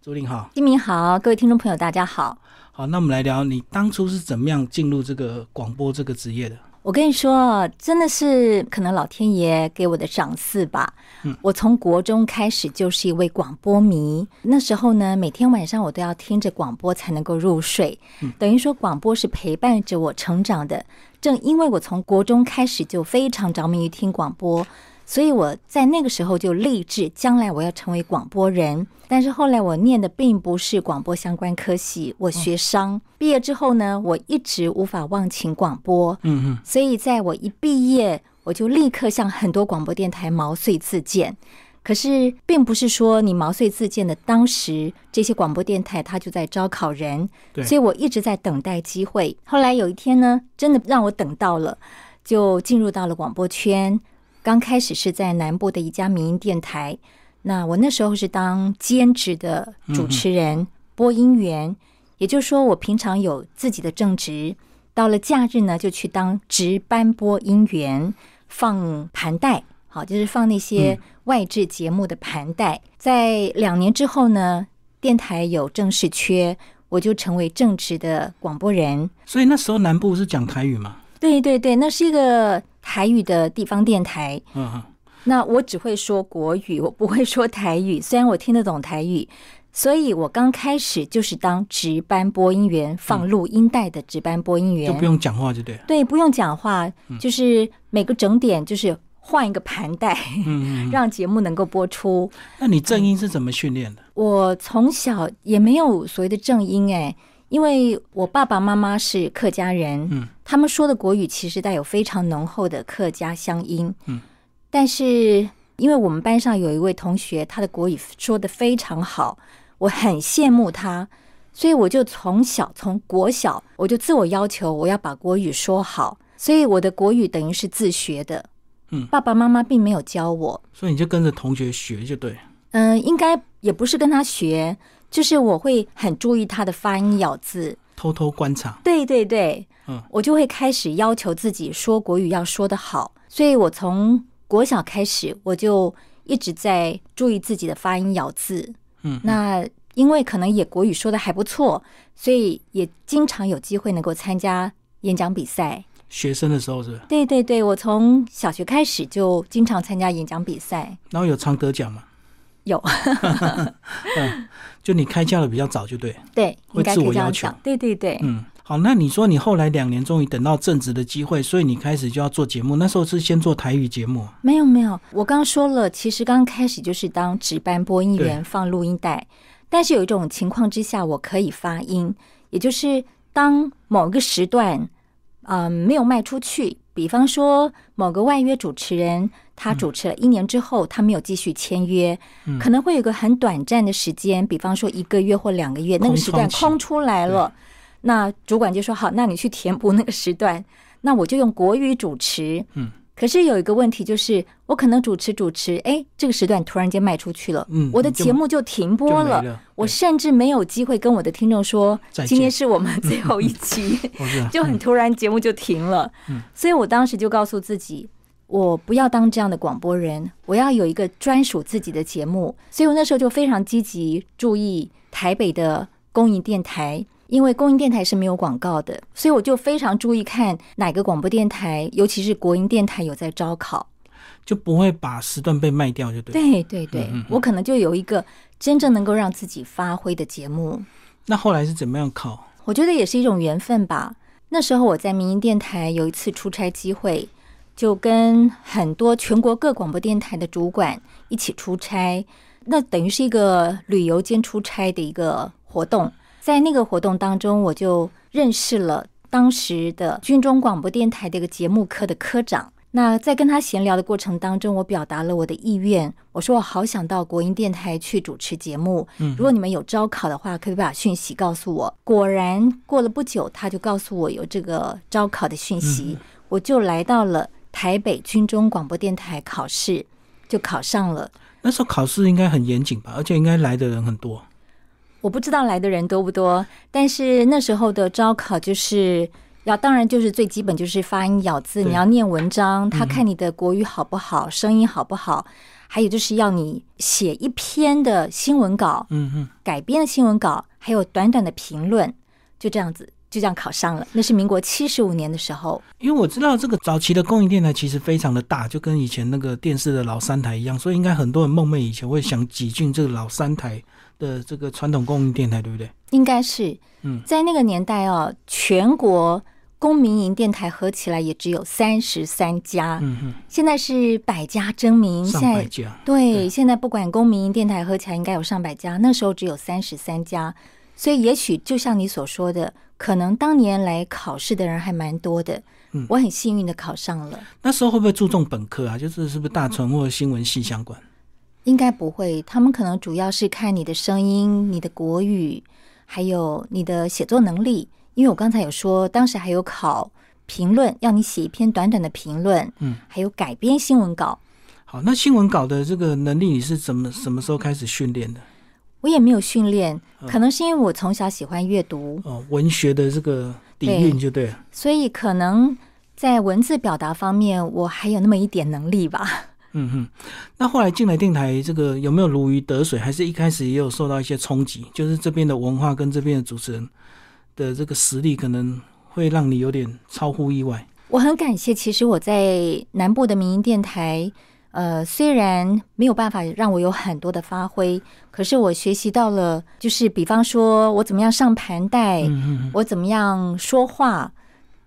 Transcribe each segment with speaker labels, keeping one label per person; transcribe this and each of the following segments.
Speaker 1: 朱令好，
Speaker 2: 金明好，各位听众朋友，大家好。
Speaker 1: 好，那我们来聊你当初是怎么样进入这个广播这个职业的？
Speaker 2: 我跟你说，真的是可能老天爷给我的赏赐吧。嗯、我从国中开始就是一位广播迷，那时候呢，每天晚上我都要听着广播才能够入睡，嗯、等于说广播是陪伴着我成长的。正因为我从国中开始就非常着迷于听广播。所以我在那个时候就立志，将来我要成为广播人。但是后来我念的并不是广播相关科系，我学商。嗯、毕业之后呢，我一直无法忘情广播。
Speaker 1: 嗯嗯。
Speaker 2: 所以在我一毕业，我就立刻向很多广播电台毛遂自荐。可是，并不是说你毛遂自荐的当时，这些广播电台它就在招考人。所以我一直在等待机会。后来有一天呢，真的让我等到了，就进入到了广播圈。刚开始是在南部的一家民营电台，那我那时候是当兼职的主持人、嗯、播音员，也就是说我平常有自己的正职，到了假日呢就去当值班播音员，放盘带，好，就是放那些
Speaker 1: 嗯
Speaker 2: 外置节目的盘带。嗯、在两年之后呢，电台有正式缺，我就成为正职的广播人。
Speaker 1: 所以那时候南部是讲台语吗？
Speaker 2: 对对对，那是一个。台语的地方电台，
Speaker 1: 嗯，
Speaker 2: 那我只会说国语，我不会说台语。虽然我听得懂台语，所以我刚开始就是当值班播音员，放录音带的值班播音
Speaker 1: 嗯
Speaker 2: 员，
Speaker 1: 就不用讲话就对了。
Speaker 2: 对，不用讲话，
Speaker 1: 嗯
Speaker 2: 就是每个整点就是换一个盘带，
Speaker 1: 嗯嗯嗯
Speaker 2: 让节目能够播出。
Speaker 1: 那你正音是怎么训练的？
Speaker 2: 我从小也没有所谓的正音、欸，哎。因为我爸爸妈妈是客家人，
Speaker 1: 嗯，
Speaker 2: 他们说的国语其实带有非常浓厚的客家乡音，
Speaker 1: 嗯，
Speaker 2: 但是因为我们班上有一位同学，他的国语说的非常好，我很羡慕他，所以我就从小从国小我就自我要求我要把国语说好，所以我的国语等于是自学的，
Speaker 1: 嗯，
Speaker 2: 爸爸妈妈并没有教我，
Speaker 1: 所以你就跟着同学学就对，
Speaker 2: 嗯、呃，应该也不是跟他学。就是我会很注意他的发音咬字，
Speaker 1: 偷偷观察。
Speaker 2: 对对对，
Speaker 1: 嗯，
Speaker 2: 我就会开始要求自己说国语要说得好，所以我从国小开始我就一直在注意自己的发音咬字。
Speaker 1: 嗯，
Speaker 2: 那因为可能也国语说的还不错，所以也经常有机会能够参加演讲比赛。
Speaker 1: 学生的时候是？
Speaker 2: 对对对，我从小学开始就经常参加演讲比赛，
Speaker 1: 然后有常得奖吗？
Speaker 2: 有
Speaker 1: 嗯，就你开窍的比较早，就对，
Speaker 2: 对，
Speaker 1: 会自我要求，
Speaker 2: 对对对，
Speaker 1: 嗯，好，那你说你后来两年终于等到正职的机会，所以你开始就要做节目，那时候是先做台语节目？啊
Speaker 2: 没有没有，我刚刚说了，其实刚开始就是当值班播音员放录音带，但是有一种情况之下，我可以发音，也就是当某个时段，嗯、呃，没有卖出去。比方说，某个外约主持人，他主持了一年之后，他没有继续签约，
Speaker 1: 嗯、
Speaker 2: 可能会有个很短暂的时间，比方说一个月或两个月，那个时段空出来了，那主管就说：“好，那你去填补那个时段。”那我就用国语主持。
Speaker 1: 嗯，
Speaker 2: 可是有一个问题就是，我可能主持主持，哎，这个时段突然间卖出去了，
Speaker 1: 嗯，
Speaker 2: 我的节目就停播
Speaker 1: 了，了
Speaker 2: 我甚至没有机会跟我的听众说，今天是我们最后一期，
Speaker 1: 哦啊
Speaker 2: 就很突然节目就停了。
Speaker 1: 嗯、
Speaker 2: 所以我当时就告诉自己，我不要当这样的广播人，我要有一个专属自己的节目。所以我那时候就非常积极注意台北的公营电台。因为公营电台是没有广告的，所以我就非常注意看哪个广播电台，尤其是国营电台有在招考，
Speaker 1: 就不会把时段被卖掉，就对。
Speaker 2: 对对对，
Speaker 1: 嗯嗯嗯
Speaker 2: 我可能就有一个真正能够让自己发挥的节目。
Speaker 1: 那后来是怎么样考？
Speaker 2: 我觉得也是一种缘分吧。那时候我在民营电台有一次出差机会，就跟很多全国各广播电台的主管一起出差，那等于是一个旅游兼出差的一个活动。在那个活动当中，我就认识了当时的军中广播电台的一个节目科的科长。那在跟他闲聊的过程当中，我表达了我的意愿，我说我好想到国营电台去主持节目。
Speaker 1: 嗯，
Speaker 2: 如果你们有招考的话，可以把讯息告诉我。果然，过了不久，他就告诉我有这个招考的讯息，我就来到了台北军中广播电台考试，就考上了。
Speaker 1: 那时候考试应该很严谨吧，而且应该来的人很多。
Speaker 2: 我不知道来的人多不多，但是那时候的招考就是要，当然就是最基本
Speaker 1: 嗯
Speaker 2: 就是发音咬字，你要念文章，他看你的国语好不好，声音好不好，还有就是要你写一篇的新闻稿，
Speaker 1: 嗯嗯，
Speaker 2: 改编的新闻稿，还有短短的评论，就这样子，就这样考上了。那是民国七十五年的时候，
Speaker 1: 因为我知道这个早期的公营电台其实非常的大，就跟以前那个电视的老三台一样，所以应该很多人梦寐以求会想挤进这个老三台的这个传统公营电台，对不对？
Speaker 2: 应该是，
Speaker 1: 嗯，
Speaker 2: 在那个年代哦，全国公民营电台合起来也只有三十三家，
Speaker 1: 嗯嗯，
Speaker 2: 现在是百家争鸣，现
Speaker 1: 上百
Speaker 2: 在
Speaker 1: 家，
Speaker 2: 对，现在不管公民营电台合起来应该有上百家，那时候只有三十三家，所以也许就像你所说的，可能当年来考试的人还蛮多的。
Speaker 1: 嗯
Speaker 2: 我很幸运的考上了，
Speaker 1: 那时候会不会注重本科啊？就是是不是大传或者新闻系相关？
Speaker 2: 应该不会，他们可能主要是看你的声音、你的国语，还有你的写作能力。因为我刚才有说，当时还有考评论，要你写一篇短短的评论，
Speaker 1: 嗯，
Speaker 2: 还有改编新闻稿。
Speaker 1: 好，那新闻稿的这个能力你是怎么什么时候开始训练的？
Speaker 2: 我也没有训练，
Speaker 1: 嗯
Speaker 2: 可能是因为我从小喜欢阅读，
Speaker 1: 哦，文学的这个底蕴就对了。
Speaker 2: 所以可能在文字表达方面，我还有那么一点能力吧。
Speaker 1: 嗯哼，那后来进来电台，这个有没有如鱼得水？还是一开始也有受到一些冲击？就是这边的文化跟这边的主持人的这个实力，可能会让你有点超乎意外。
Speaker 2: 我很感谢，其实我在南部的民营电台，呃，虽然没有办法让我有很多的发挥，可是我学习到了，就是比方说我怎么样上盘带，
Speaker 1: 嗯嗯
Speaker 2: 我怎么样说话，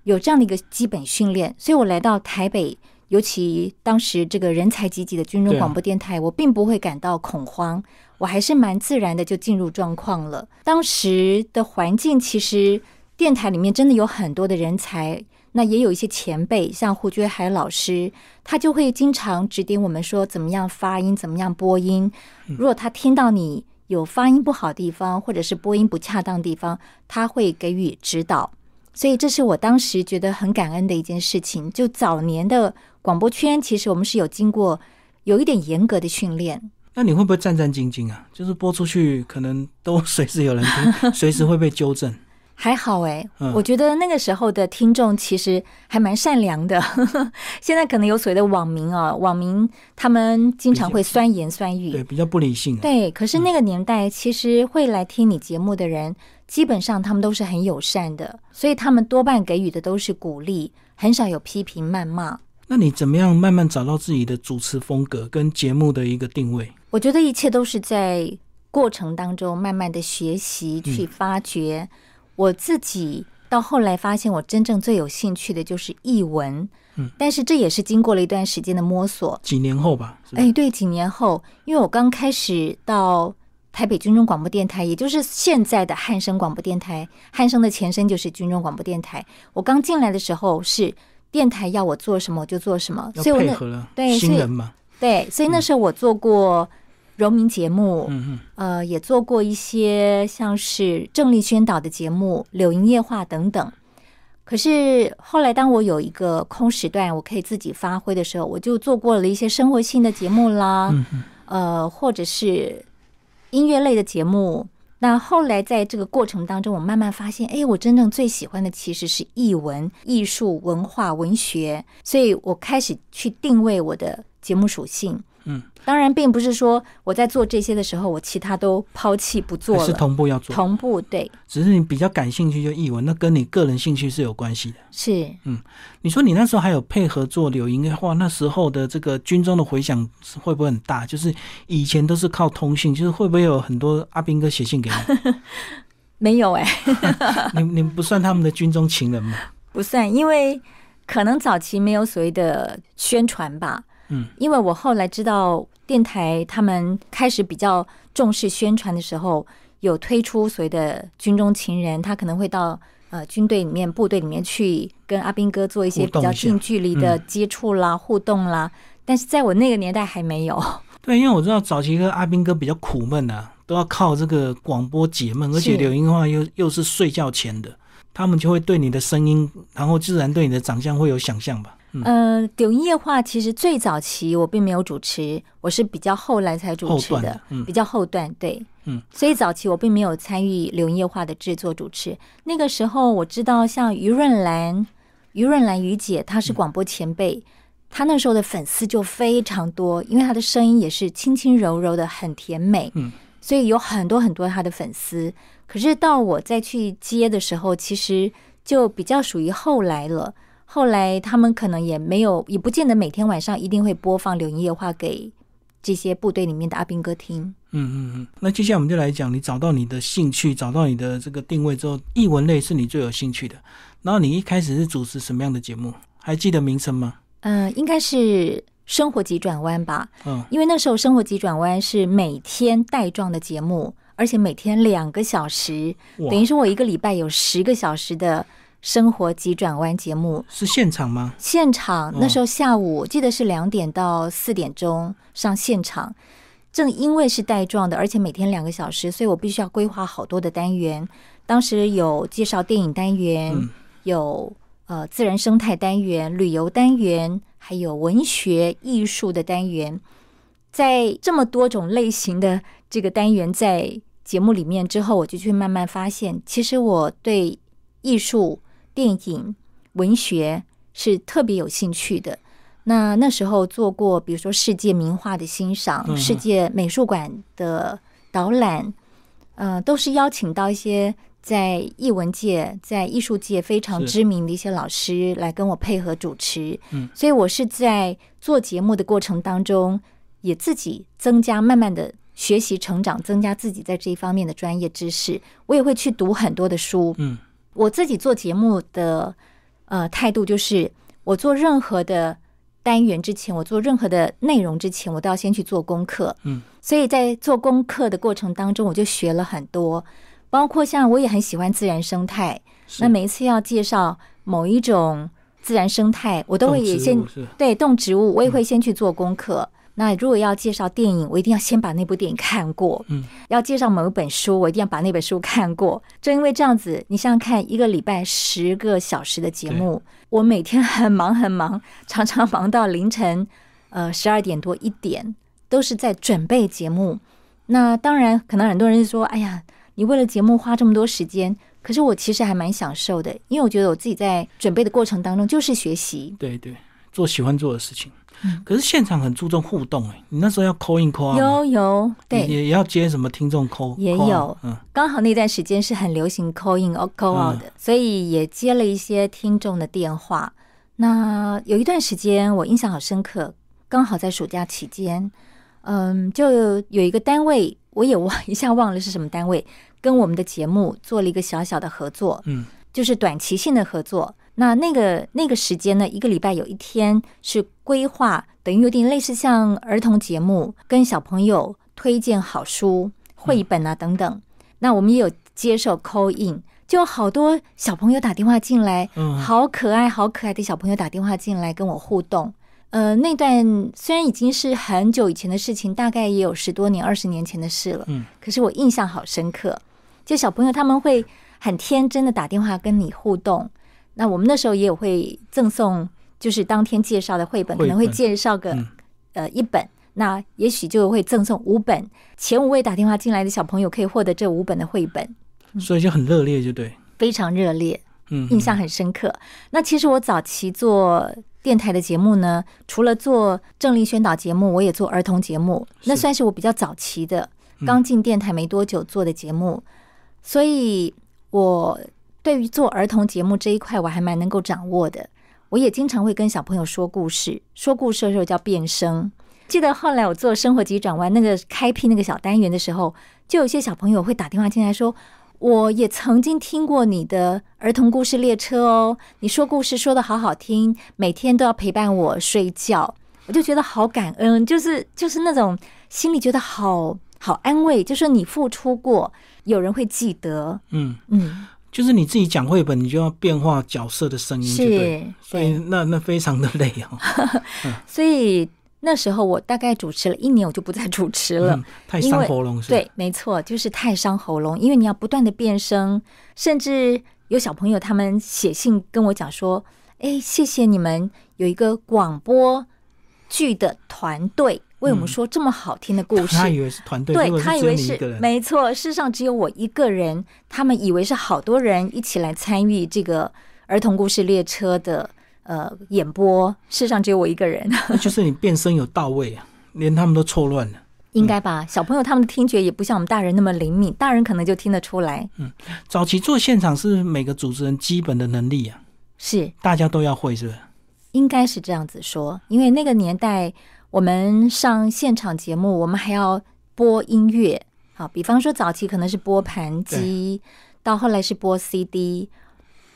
Speaker 2: 有这样的一个基本训练，所以我来到台北，尤其当时这个人才济济的军中
Speaker 1: 对啊
Speaker 2: 广播电台，我并不会感到恐慌，我还是蛮自然的就进入状况了。当时的环境其实电台里面真的有很多的人才。那也有一些前辈，像胡觉海老师，他就会经常指点我们说怎么样发音，怎么样播音。如果他听到你有发音不好的地方，或者是播音不恰当的地方，他会给予指导。所以这是我当时觉得很感恩的一件事情。就早年的广播圈，其实我们是有经过有一点严格的训练。
Speaker 1: 那你会不会战战兢兢啊？ 就是播出去，可能都随时有人听，随时会被纠正。
Speaker 2: 还好诶，
Speaker 1: 嗯
Speaker 2: 我觉得那个时候的听众其实还蛮善良的。 现在可能有所谓的网民啊，网民他们经常会酸言酸语，
Speaker 1: 对，比较不理性、啊。
Speaker 2: 对，可是那个年代，其实会来听你节目的人，基本上他们都是很友善的，所以他们多半给予的都是鼓励，很少有批评谩骂。
Speaker 1: 那你怎么样慢慢找到自己的主持风格跟节目的一个定位？
Speaker 2: 我觉得一切都是在过程当中慢慢的学习去发掘。我自己到后来发现，我真正最有兴趣的就是译文，
Speaker 1: 嗯，
Speaker 2: 但是这也是经过了一段时间的摸索，
Speaker 1: 几年后吧，是吧？
Speaker 2: 哎，对，几年后，因为我刚开始到台北军中广播电台，也就是现在的汉声广播电台，汉声的前身就是军中广播电台。我刚进来的时候是电台要我做什么我就做什么，
Speaker 1: 要
Speaker 2: 所以我
Speaker 1: 配
Speaker 2: 那
Speaker 1: 合了
Speaker 2: 对
Speaker 1: 新
Speaker 2: 所以
Speaker 1: 人嘛，
Speaker 2: 对，所以那时候我做过荣民节目，
Speaker 1: 嗯嗯，
Speaker 2: 呃，也做过一些像是政令宣导的节目、柳营夜话等等。可是后来，当我有一个空时段，我可以自己发挥的时候，我就做过了一些生活性的节目啦，呃，或者是音乐类的节目。那后来在这个过程当中，我慢慢发现，哎，我真正最喜欢的其实是艺文、艺术、文化、文学，所以我开始去定位我的节目属性。
Speaker 1: 嗯，
Speaker 2: 当然，并不是说我在做这些的时候，我其他都抛弃不做
Speaker 1: 还是
Speaker 2: 了，
Speaker 1: 同步要做，
Speaker 2: 同步对，
Speaker 1: 只是你比较感兴趣就译文，那跟你个人兴趣是有关系的。
Speaker 2: 是
Speaker 1: 你说你那时候还有配合做柳营的话，那时候的这个军中的回响是会不会很大？就是以前都是靠通信，就是会不会有很多阿兵哥写信给你？
Speaker 2: 没有哎、
Speaker 1: 你你不算他们的军中情人嘛？
Speaker 2: 不算，因为可能早期没有所谓的宣传吧。
Speaker 1: 嗯，
Speaker 2: 因为我后来知道电台他们开始比较重视宣传的时候，有推出所谓的军中情人，他可能会到呃军队里面、部队里面去跟阿兵哥做一些
Speaker 1: 互动
Speaker 2: 比
Speaker 1: 一下嗯
Speaker 2: 较近距离的接触啦、互动啦。但是在我那个年代还没有，
Speaker 1: 对，因为我知道早期的阿兵哥比较苦闷啊，都要靠这个广播解闷，而且
Speaker 2: 是
Speaker 1: 柳营的话又又是睡觉前的，他们就会对你的声音，然后自然对你的长相会有想象吧。嗯，
Speaker 2: 呃，柳营夜话其实最早期我并没有主持，我是比较后来才主
Speaker 1: 后
Speaker 2: 持
Speaker 1: 段
Speaker 2: 的，
Speaker 1: 嗯
Speaker 2: 比较后段对，
Speaker 1: 嗯，
Speaker 2: 所以早期我并没有参与柳营夜话的制作主持。那个时候我知道，像于润兰，于润兰于姐，她是广播前辈，他那时候的粉丝就非常多，因为他的声音也是轻轻柔柔的，很甜美，
Speaker 1: 嗯，
Speaker 2: 所以有很多很多他的粉丝。可是到我再去接的时候，其实就比较属于后来了。后来他们可能也没有，也不见得每天晚上一定会播放《柳营夜话》给这些部队里面的阿兵哥听。
Speaker 1: 嗯嗯嗯。那接下来我们就来讲，你找到你的兴趣，找到你的这个定位之后，译文类是你最有兴趣的。然后你一开始是主持什么样的节目？还记得名称吗？
Speaker 2: 嗯、应该是生活急转弯吧，
Speaker 1: 嗯，
Speaker 2: 因为那时候生活急转弯是每天带状的节目，而且每天两个小时，
Speaker 1: 哇
Speaker 2: 等于说我一个礼拜有十个小时的生活急转弯节目。
Speaker 1: 是现场吗？
Speaker 2: 现场
Speaker 1: 哦
Speaker 2: 那时候下午，我记得是两点到四点钟上现场。正因为是带状的，而且每天两个小时，所以我必须要规划好多的单元。当时有介绍电影单元，
Speaker 1: 嗯
Speaker 2: 有呃自然生态单元、旅游单元，还有文学艺术的单元。在这么多种类型的这个单元在节目里面之后，我就去慢慢发现，其实我对艺术、电影、文学是特别有兴趣的。那那时候做过，比如说世界名画的欣赏、
Speaker 1: 嗯哼
Speaker 2: 世界美术馆的导览，呃，都是邀请到一些在艺文界、在艺术界非常
Speaker 1: 是
Speaker 2: 知名的一些老师来跟我配合主持。
Speaker 1: 嗯，
Speaker 2: 所以我是在做节目的过程当中，也自己增加慢慢的学习成长，增加自己在这一方面的专业知识。我也会去读很多的书，
Speaker 1: 嗯，
Speaker 2: 我自己做节目的呃态度就是，我做任何的单元之前，我做任何的内容之前，我都要先去做功课。
Speaker 1: 嗯，
Speaker 2: 所以在做功课的过程当中，我就学了很多，包括像我也很喜欢自然生态，
Speaker 1: 是
Speaker 2: 那每一次要介绍某一种自然生态，我都会
Speaker 1: 动植
Speaker 2: 也先
Speaker 1: 物是嗯
Speaker 2: 对动植物，我也会先去做功课。那如果要介绍电影，我一定要先把那部电影看过。
Speaker 1: 嗯，
Speaker 2: 要介绍某一本书，我一定要把那本书看过。正因为这样子，你想想看，一个礼拜十个小时的节目，我每天很忙很忙，常常忙到凌晨，呃，十二点多一点，都是在准备节目。那当然，可能很多人就说：“哎呀，你为了节目花这么多时间。”可是我其实还蛮享受的，因为我觉得我自己在准备的过程当中就是学习。
Speaker 1: 对对，做喜欢做的事情。可是现场很注重互动哎、你那时候要扣印扣啊，
Speaker 2: 嗯有有，对，
Speaker 1: 也也要接什么听众扣，
Speaker 2: 也
Speaker 1: call
Speaker 2: 有
Speaker 1: out，嗯，
Speaker 2: 刚好那段时间是很流行 call in or call out 的，所以也接了一些听众的电话。那有一段时间我印象好深刻，刚好在暑假期间，嗯，就有一个单位，我也忘一下忘了是什么单位，跟我们的节目做了一个小小的合作，
Speaker 1: 嗯，
Speaker 2: 就是短期性的合作。那那个那个时间呢，一个礼拜有一天是规划，等于有点类似像儿童节目，跟小朋友推荐好书、绘本啊等等。那我们也有接受 call in，就有好多小朋友打电话进来，
Speaker 1: 嗯
Speaker 2: 好可爱、好可爱的小朋友打电话进来跟我互动。呃，那段虽然已经是很久以前的事情，大概也有十多年、二十年前的事了，
Speaker 1: 嗯，
Speaker 2: 可是我印象好深刻。就小朋友他们会很天真的打电话跟你互动，那我们那时候也有会赠送，就是当天介绍的绘本，
Speaker 1: 绘本
Speaker 2: 可能会介绍个、
Speaker 1: 嗯
Speaker 2: 呃一本，那也许就会赠送五本，前五位打电话进来的小朋友可以获得这五本的绘本，
Speaker 1: 所以就很热烈，就对，
Speaker 2: 非常热烈。
Speaker 1: 嗯，
Speaker 2: 印象很深刻。那其实我早期做电台的节目呢，除了做政令宣导节目，我也做儿童节目，
Speaker 1: 是嗯
Speaker 2: 那算是我比较早期的，刚进电台没多久做的节目，所以我对于做儿童节目这一块，我还蛮能够掌握的。我也经常会跟小朋友说故事，说故事的时候叫变声。记得后来我做生活急转弯那个开辟那个小单元的时候，就有些小朋友会打电话进来说：“我也曾经听过你的儿童故事列车哦，你说故事说的好好听，每天都要陪伴我睡觉，我就觉得好感恩，就是就是那种心里觉得好好安慰，就说你付出过，有人会记得，
Speaker 1: 嗯，
Speaker 2: 嗯，
Speaker 1: 就是你自己讲绘本，你就要变化角色的声音，就对，
Speaker 2: 是，
Speaker 1: 所以那那非常的累哦，
Speaker 2: 所以那时候我大概主持了一年，我就不再主持了。
Speaker 1: 嗯，太
Speaker 2: 因
Speaker 1: 伤
Speaker 2: 为
Speaker 1: 喉咙是，，
Speaker 2: 对，没错，就是太伤喉咙，因为你要不断的变声，甚至有小朋友他们写信跟我讲说：“哎，谢谢你们有一个广播剧的团队为我们说这么好听的故事。
Speaker 1: 嗯 他以为是团队，结
Speaker 2: 对
Speaker 1: 果
Speaker 2: 他以
Speaker 1: 只有
Speaker 2: 为
Speaker 1: 你一
Speaker 2: 是
Speaker 1: 个人，
Speaker 2: 没错，世上只有我一个人，他们以为是好多人一起来参与这个儿童故事列车的呃演播，事实上只有我一个人，
Speaker 1: 那就是你变声有到位啊，连他们都错乱了。
Speaker 2: 应该吧？小朋友他们的听觉也不像我们大人那么灵敏，大人可能就听得出来。
Speaker 1: 嗯早期做现场是每个主持人基本的能力啊，
Speaker 2: 是，
Speaker 1: 大家都要会，是不是？
Speaker 2: 应该是这样子说，因为那个年代我们上现场节目，我们还要播音乐，好，比方说早期可能是播盘机，到后来是播 CD，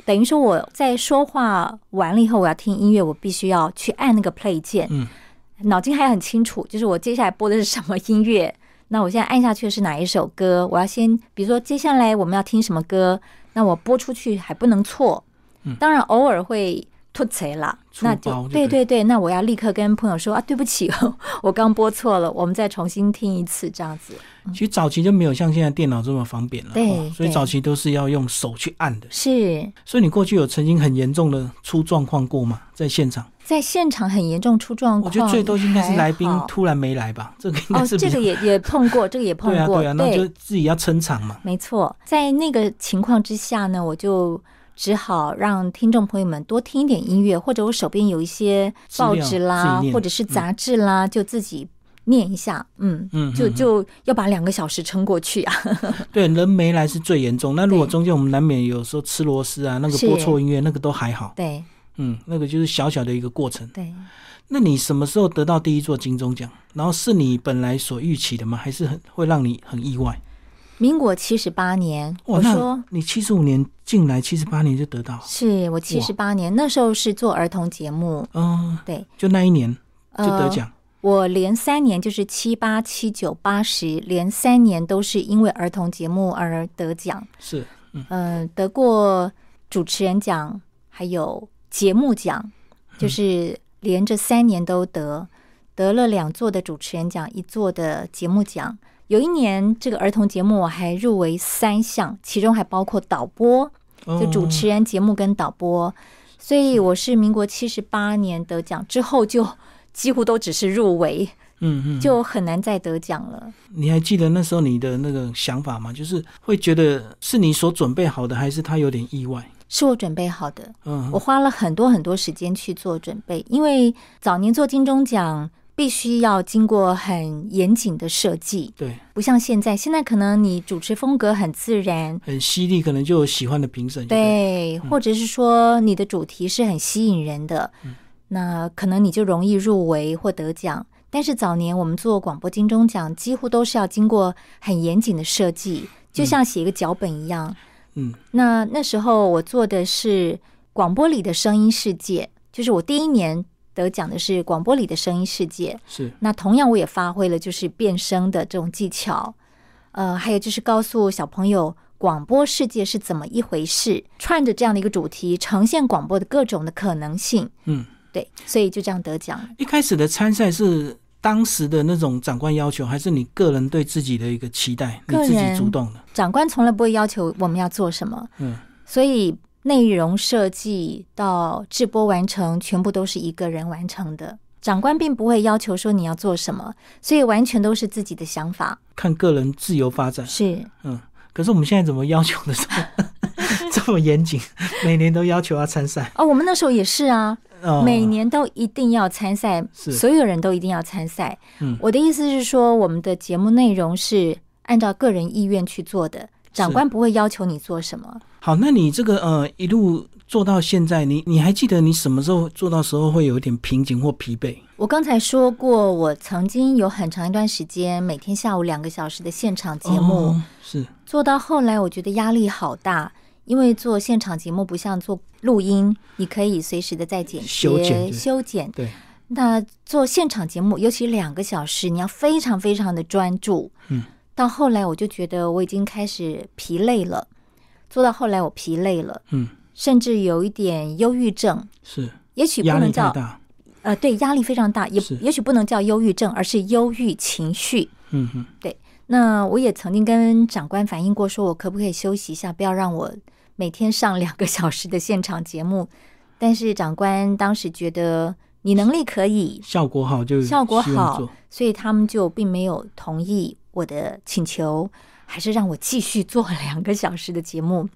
Speaker 2: 等于说我在说话完了以后，我要听音乐，我必须要去按那个 play 键，
Speaker 1: 嗯，
Speaker 2: 脑筋还很清楚，就是我接下来播的是什么音乐，那我现在按下去的是哪一首歌，我要先，比如说接下来我们要听什么歌，那我播出去还不能错，当然偶尔会吐贼啦，
Speaker 1: 出
Speaker 2: 那
Speaker 1: 包
Speaker 2: 就
Speaker 1: 就
Speaker 2: 嗯对
Speaker 1: 对
Speaker 2: 对对，那我要立刻跟朋友说啊，对不起， 我刚播错了，我们再重新听一次这样子。
Speaker 1: 其实早期就没有像现在电脑这么方便了，
Speaker 2: 嗯对
Speaker 1: 哦所以
Speaker 2: 对
Speaker 1: 早期都是要用手去按的。
Speaker 2: 是
Speaker 1: 所以你过去有曾经很严重的出状况过吗？在现场，
Speaker 2: 在现场很严重出状
Speaker 1: 我
Speaker 2: 况，
Speaker 1: 觉得最多应该是来宾
Speaker 2: 还好
Speaker 1: 突然没来吧，这个应该
Speaker 2: 哦，
Speaker 1: 是
Speaker 2: 这
Speaker 1: 比较、
Speaker 2: 个也也碰过，这个也 碰
Speaker 1: 对啊
Speaker 2: 过，
Speaker 1: 对啊，那就自己要撑场嘛。
Speaker 2: 没错，在那个情况之下呢，我就只好让听众朋友们多听一点音乐，或者我手边有一些报
Speaker 1: 资料自
Speaker 2: 纸啦
Speaker 1: 己，念
Speaker 2: 或者是杂志啦，就自己念一下。嗯，
Speaker 1: 嗯，
Speaker 2: 就
Speaker 1: 嗯
Speaker 2: 就要把两个小时撑过 去啊。
Speaker 1: 对人没来是最严重。那如果
Speaker 2: 对
Speaker 1: 中间我们难免有时候吃螺丝啊，那个
Speaker 2: 是
Speaker 1: 播错音乐那个都还好，
Speaker 2: 对
Speaker 1: 嗯，那个就是小小的一个过程。
Speaker 2: 对，
Speaker 1: 那你什么时候得到第一座金钟奖？然后是你本来所预期的吗？还是很会让你很意外？
Speaker 2: 民国七十八年，
Speaker 1: 哇，
Speaker 2: 我
Speaker 1: 那
Speaker 2: 说。
Speaker 1: 你七十五年进来，七十八年就得到，
Speaker 2: 是我七十八年那时候是做儿童节目，
Speaker 1: 嗯、
Speaker 2: 对，
Speaker 1: 就那一年就
Speaker 2: 呃
Speaker 1: 得奖。
Speaker 2: 我连三年就是七八七九八十，连三年都是因为儿童节目而得奖。
Speaker 1: 是，
Speaker 2: 呃，得过主持人奖，还有节目奖，就是连着三年都得，得了两座的主持人奖，一座的节目奖。有一年，这个儿童节目我还入围三项，其中还包括导播，
Speaker 1: 哦
Speaker 2: 就主持人、节目跟导播。所以我是民国七十八年得奖之后，就几乎都只是入围，
Speaker 1: 嗯嗯，
Speaker 2: 就很难再得奖了。
Speaker 1: 你还记得那时候你的那个想法吗？就是会觉得是你所准备好的，还是他有点意外？
Speaker 2: 是我准备好的，
Speaker 1: 嗯，
Speaker 2: 我花了很多很多时间去做准备，因为早年做金钟奖必须要经过很严谨的设计，
Speaker 1: 对，
Speaker 2: 不像现在，现在可能你主持风格很自然。
Speaker 1: 很犀利，可能就有喜欢的评审。就了，
Speaker 2: 对，嗯或者是说你的主题是很吸引人的，那可能你就容易入围或得奖。但是早年我们做广播金钟奖，几乎都是要经过很严谨的设计，就像写一个脚本一样。
Speaker 1: 嗯，
Speaker 2: 那那时候我做的是广播里的声音世界，就是我第一年得奖的是广播里的声音世界。
Speaker 1: 是，
Speaker 2: 那同样我也发挥了就是变声的这种技巧，呃，还有就是告诉小朋友广播世界是怎么一回事，串着这样的一个主题呈现广播的各种的可能性。
Speaker 1: 嗯，
Speaker 2: 对，所以就这样得奖了。
Speaker 1: 一开始的参赛是当时的那种长官要求，还是你个人对自己的一个期待，你
Speaker 2: 个
Speaker 1: 自己
Speaker 2: 人
Speaker 1: 主动的？
Speaker 2: 长官从来不会要求我们要做什么，
Speaker 1: 嗯，
Speaker 2: 所以内容设计到制播完成，全部都是一个人完成的。长官并不会要求说你要做什么，所以完全都是自己的想法。
Speaker 1: 看个人自由发展。
Speaker 2: 是，
Speaker 1: 嗯，可是我们现在怎么要求的这么 这么严谨？每年都要求要参赛，
Speaker 2: 哦，我们那时候也是啊，
Speaker 1: 哦，
Speaker 2: 每年都一定要参赛，
Speaker 1: 是
Speaker 2: 所有人都一定要参赛。
Speaker 1: 嗯
Speaker 2: 我的意思是说，我们的节目内容是按照个人意愿去做的，长官不会要求你做什么。
Speaker 1: 好，那你这个呃一路做到现在，你你还记得你什么时候做到时候会有一点瓶颈或疲惫？
Speaker 2: 我刚才说过，我曾经有很长一段时间，每天下午两个小时的现场节目，
Speaker 1: 哦、是
Speaker 2: 做到后来，我觉得压力好大，因为做现场节目不像做录音，你可以随时的再剪接、
Speaker 1: 修剪对
Speaker 2: 修剪
Speaker 1: 对，
Speaker 2: 那做现场节目，尤其两个小时，你要非常非常的专注。
Speaker 1: 嗯，
Speaker 2: 到后来我就觉得我已经开始疲累了，做到后来我疲累了，
Speaker 1: 嗯，
Speaker 2: 甚至有一点忧郁症，
Speaker 1: 是
Speaker 2: 也许不
Speaker 1: 压力
Speaker 2: 能
Speaker 1: 太
Speaker 2: 叫
Speaker 1: 大，
Speaker 2: 呃，对，压力非常大，也
Speaker 1: 是
Speaker 2: 也许不能叫忧郁症，而是忧郁情绪。
Speaker 1: 嗯哼，
Speaker 2: 那我也曾经跟长官反映过，说我可不可以休息一下，不要让我每天上两个小时的现场节目。但是长官当时觉得你能力可以，
Speaker 1: 效果好就
Speaker 2: 效果
Speaker 1: 希望
Speaker 2: 好
Speaker 1: 做，
Speaker 2: 所以他们就并没有同意我的请求，还是让我继续做两个小时的节目。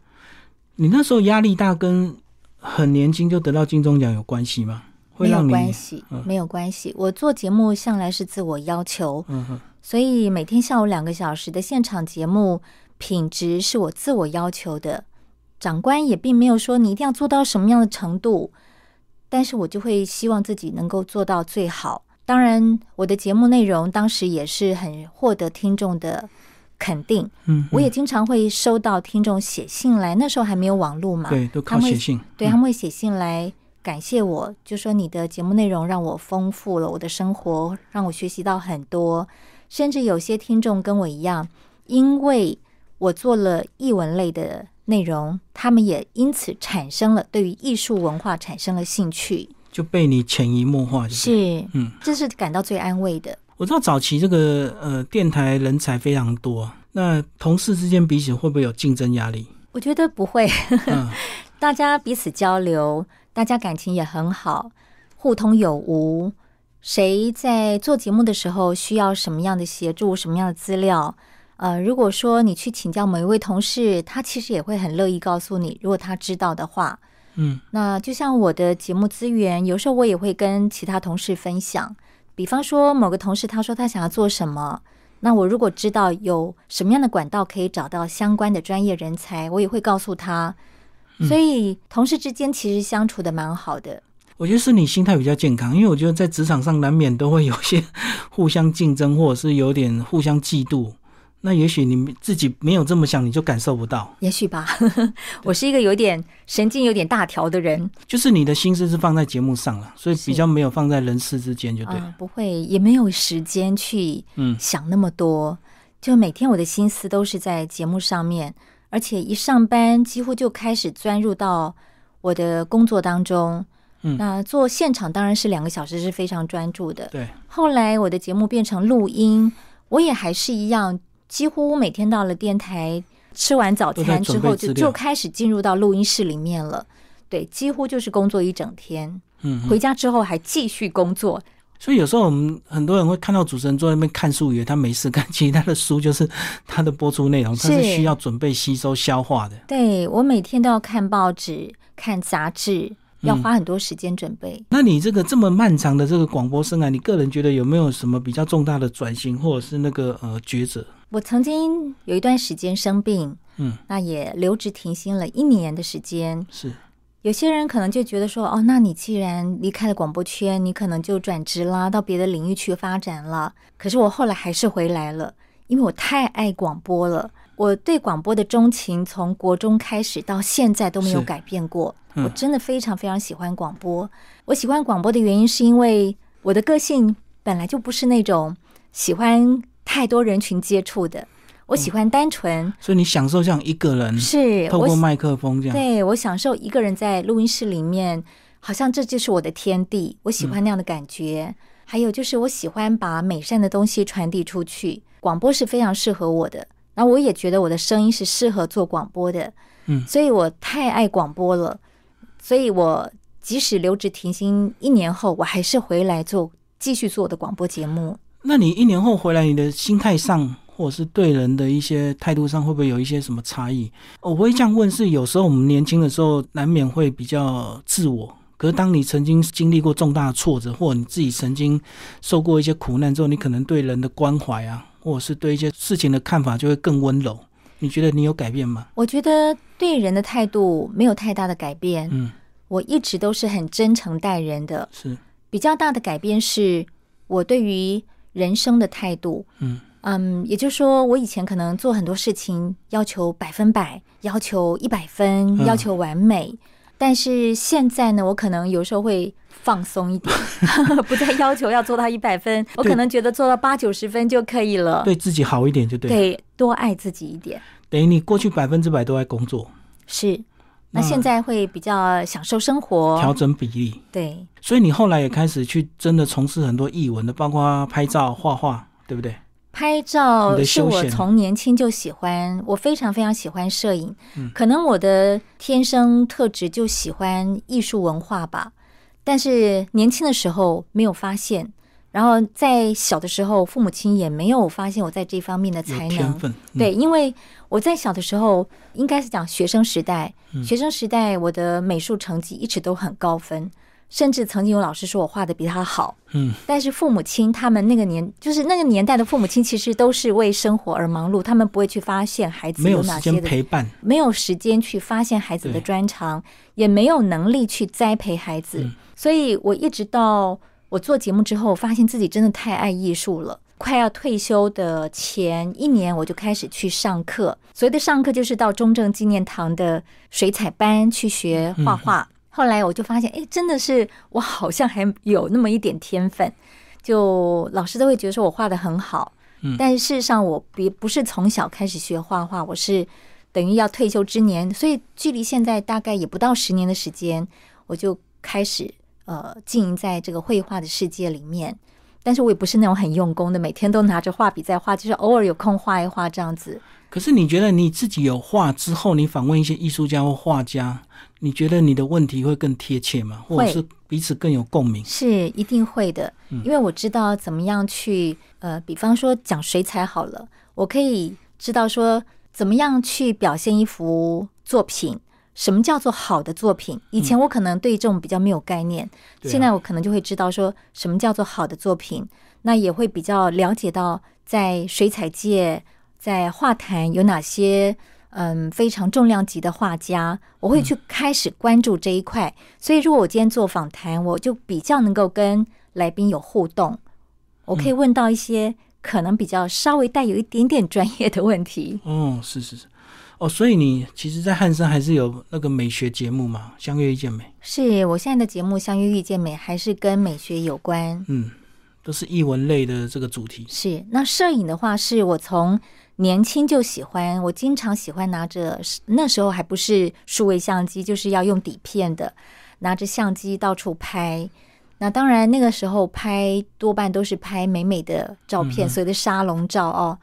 Speaker 1: 你那时候压力大跟很年轻就得到金钟奖有关系吗？会
Speaker 2: 没有
Speaker 1: 让你嗯
Speaker 2: 关系，没有关系。我做节目向来是自我要求，
Speaker 1: 嗯哼，
Speaker 2: 所以每天下午两个小时的现场节目品质是我自我要求的。长官也并没有说你一定要做到什么样的程度，但是我就会希望自己能够做到最好。当然，我的节目内容当时也是很获得听众的肯定。
Speaker 1: 嗯哼，
Speaker 2: 我也经常会收到听众写信来，那时候还没有网络嘛，
Speaker 1: 对，都靠
Speaker 2: 啊他会
Speaker 1: 写信，
Speaker 2: 对，他们会写信来感谢我，就说你的节目内容让我丰富了我的生活，让我学习到很多。甚至有些听众跟我一样，因为我做了译文类的内容，他们也因此产生了对于艺术文化产生了兴趣。
Speaker 1: 就被你潜移默化就对。
Speaker 2: 是，
Speaker 1: 嗯，
Speaker 2: 这是感到最安慰的。
Speaker 1: 我知道早期这个呃电台人才非常多，那同事之间彼此会不会有竞争压力？
Speaker 2: 我觉得不会，
Speaker 1: 嗯，
Speaker 2: 大家彼此交流，大家感情也很好，互通有无。谁在做节目的时候需要什么样的协助，什么样的资料？呃，如果说你去请教某一位同事，他其实也会很乐意告诉你，如果他知道的话。
Speaker 1: 嗯，
Speaker 2: 那就像我的节目资源，有时候我也会跟其他同事分享。比方说，某个同事他说他想要做什么，那我如果知道有什么样的管道可以找到相关的专业人才，我也会告诉他。
Speaker 1: 嗯
Speaker 2: 所以同事之间其实相处的蛮好的。
Speaker 1: 我觉得是你心态比较健康，因为我觉得在职场上难免都会有些 互相竞争，或者是有点互相嫉妒。那也许你自己没有这么想，你就感受不到。
Speaker 2: 也许吧， 我是一个有点神经有点大条的人，
Speaker 1: 就是你的心思是放在节目上了，所以比
Speaker 2: 是
Speaker 1: 较没有放在人事之间，就对
Speaker 2: 啊、
Speaker 1: 了。
Speaker 2: 不会，也没有时间去
Speaker 1: 嗯
Speaker 2: 想那么多。就每天我的心思都是在节目上面，而且一上班几乎就开始钻入到我的工作当中。
Speaker 1: 嗯
Speaker 2: 那做现场当然是两个小时是非常专注的。
Speaker 1: 对，
Speaker 2: 后来我的节目变成录音，我也还是一样，几乎每天到了电台吃完早
Speaker 1: 都在
Speaker 2: 餐之
Speaker 1: 准备
Speaker 2: 后
Speaker 1: 资
Speaker 2: 就
Speaker 1: 料
Speaker 2: 就开始进入到录音室里面了。对，几乎就是工作一整天，
Speaker 1: 嗯，嗯
Speaker 2: 回家之后还继续工作，
Speaker 1: 所以有时候我们很多人会看到主持人坐在那边看书，以为他没事干，其实他的书就是他的播出内容，他是
Speaker 2: 是
Speaker 1: 需要准备吸收消化的。
Speaker 2: 对我每天都要看报纸、看杂志，要
Speaker 1: 嗯
Speaker 2: 花很多时间准备。
Speaker 1: 那你这个这么漫长的这个广播生涯，你个人觉得有没有什么比较重大的转型，或者是那个呃抉择？
Speaker 2: 我曾经有一段时间生病，
Speaker 1: 嗯，
Speaker 2: 那也留职停薪了一年的时间。
Speaker 1: 是，
Speaker 2: 有些人可能就觉得说，哦，那你既然离开了广播圈，你可能就转职啦，到别的领域去发展了。可是我后来还是回来了，因为我太爱广播了。我对广播的钟情从国中开始到现在都没有
Speaker 1: 是
Speaker 2: 改变过。
Speaker 1: 嗯
Speaker 2: 我真的非常非常喜欢广播。我喜欢广播的原因是因为我的个性本来就不是那种喜欢太多人群接触的，我喜欢单纯，
Speaker 1: 所以你享受这样一个人
Speaker 2: 是
Speaker 1: 嗯透
Speaker 2: 我
Speaker 1: 过
Speaker 2: 喜
Speaker 1: 麦克风这样，
Speaker 2: 对我享受一个人在录音室里面，好像这就是我的天地，我喜
Speaker 1: 嗯
Speaker 2: 欢那样的感觉。还有就是我喜欢把美善的东西传递出去，广播是非常适合我的。然后我也觉得我的声音是适合做广播的，
Speaker 1: 嗯
Speaker 2: 所以我太爱广播了。所以我即使留职停薪一年后，我还是回来做继续做我的广播节目。
Speaker 1: 那你一年后回来，你的心态上，或者是对人的一些态度上，会不会有一些什么差异？我会这样问是，有时候我们年轻的时候难免会比较自我，可是当你曾经经历过重大的挫折，或者你自己曾经受过一些苦难之后，你可能对人的关怀啊，或者是对一些事情的看法就会更温柔。你觉得你有改变吗？
Speaker 2: 我觉得对人的态度没有太大的改变，
Speaker 1: 嗯，
Speaker 2: 我一直都是很真诚待人的。
Speaker 1: 是，
Speaker 2: 比较大的改变是我对于人生的态度。
Speaker 1: 嗯
Speaker 2: 嗯也就是说，我以前可能做很多事情要求百分百，要求一百分，
Speaker 1: 嗯
Speaker 2: 要求完美。但是现在呢，我可能有时候会放松一 点，不再要求要做到一百分，我
Speaker 1: 对
Speaker 2: 可能觉得做到八九十分就可以了。
Speaker 1: 对自己好一点就对了。
Speaker 2: 对，多爱自己一点
Speaker 1: 等于你过去百分之百都在工作，
Speaker 2: 是。
Speaker 1: 那
Speaker 2: 那现在会比较享受生活
Speaker 1: 调，整比例。
Speaker 2: 对，
Speaker 1: 所以你后来也开始去真的从事很多艺文的，包括拍照、画画，对不对？
Speaker 2: 拍
Speaker 1: 你
Speaker 2: 照
Speaker 1: 的
Speaker 2: 是
Speaker 1: 休
Speaker 2: 我
Speaker 1: 闲
Speaker 2: 从年轻就喜欢，我非常非常喜欢摄影。
Speaker 1: 嗯
Speaker 2: 可能我的天生特质就喜欢艺术文化吧，但是年轻的时候没有发现，然后在小的时候，父母亲也没有发现我在这方面的
Speaker 1: 有
Speaker 2: 才
Speaker 1: 天
Speaker 2: 能。
Speaker 1: 分，嗯
Speaker 2: 对，因为我在小的时候，应该是讲学生时代，
Speaker 1: 嗯
Speaker 2: 学生时代我的美术成绩一直都很高分，甚至曾经有老师说我画的比他好。
Speaker 1: 嗯，
Speaker 2: 但是父母亲他们那个年，就是那个年代的父母亲，其实都是为生活而忙碌，他们不会去发现孩子
Speaker 1: 没有
Speaker 2: 哪
Speaker 1: 时
Speaker 2: 些
Speaker 1: 间
Speaker 2: 的
Speaker 1: 陪伴，
Speaker 2: 没有时间去发现孩子的
Speaker 1: 对
Speaker 2: 专长，也没有能力去栽培孩子，所以我一直到我做节目之后，发现自己真的太爱艺术了。快要退休的前一年，我就开始去上课。所谓的上课，就是到中正纪念堂的水彩班去学画画。后来我就发现，哎，真的是我好像还有那么一点天分，就老师都会觉得说我画的很好。但是事实上，我比不是从小开始学画画，我是等于要退休之年，所以距离现在大概也不到十年的时间，我就开始呃经营在这个绘画的世界里面。但是我也不是那种很用功的，每天都拿着画笔在画，就是偶尔有空画一画这样子。
Speaker 1: 可是你觉得你自己有画之后，你访问一些艺术家或画家，你觉得你的问题会更贴切吗？或者
Speaker 2: 会
Speaker 1: 是彼此更有共鸣？
Speaker 2: 是一定会的，
Speaker 1: 嗯
Speaker 2: 因为我知道怎么样去呃，比方说讲水彩好了，我可以知道说怎么样去表现一幅作品，什么叫做好的作品。以前我可能对这种比较没有概念，
Speaker 1: 嗯对啊
Speaker 2: 现在我可能就会知道说什么叫做好的作品，那也会比较了解到在水彩界、在画坛有哪些。嗯，非常重量级的画家，我会去开始关注这一块。所以，如果我今天做访谈，我就比较能够跟来宾有互动，我可以问到一些可能比较稍微带有一点点专业的问题。
Speaker 1: 哦，是是是，哦，所以你其实，在汉森还是有那个美学节目嘛，相约一见美，
Speaker 2: 是我现在的节目《相约遇见美》，还是跟美学有关？
Speaker 1: 嗯，都是艺文类的这个主题，
Speaker 2: 是那摄影的话，是我从年轻就喜欢，我经常喜欢拿着那时候还不是数位相机，就是要用底片的，拿着相机到处拍。那当然，那个时候拍多半都是拍美美的照片，所谓的沙龙照哦，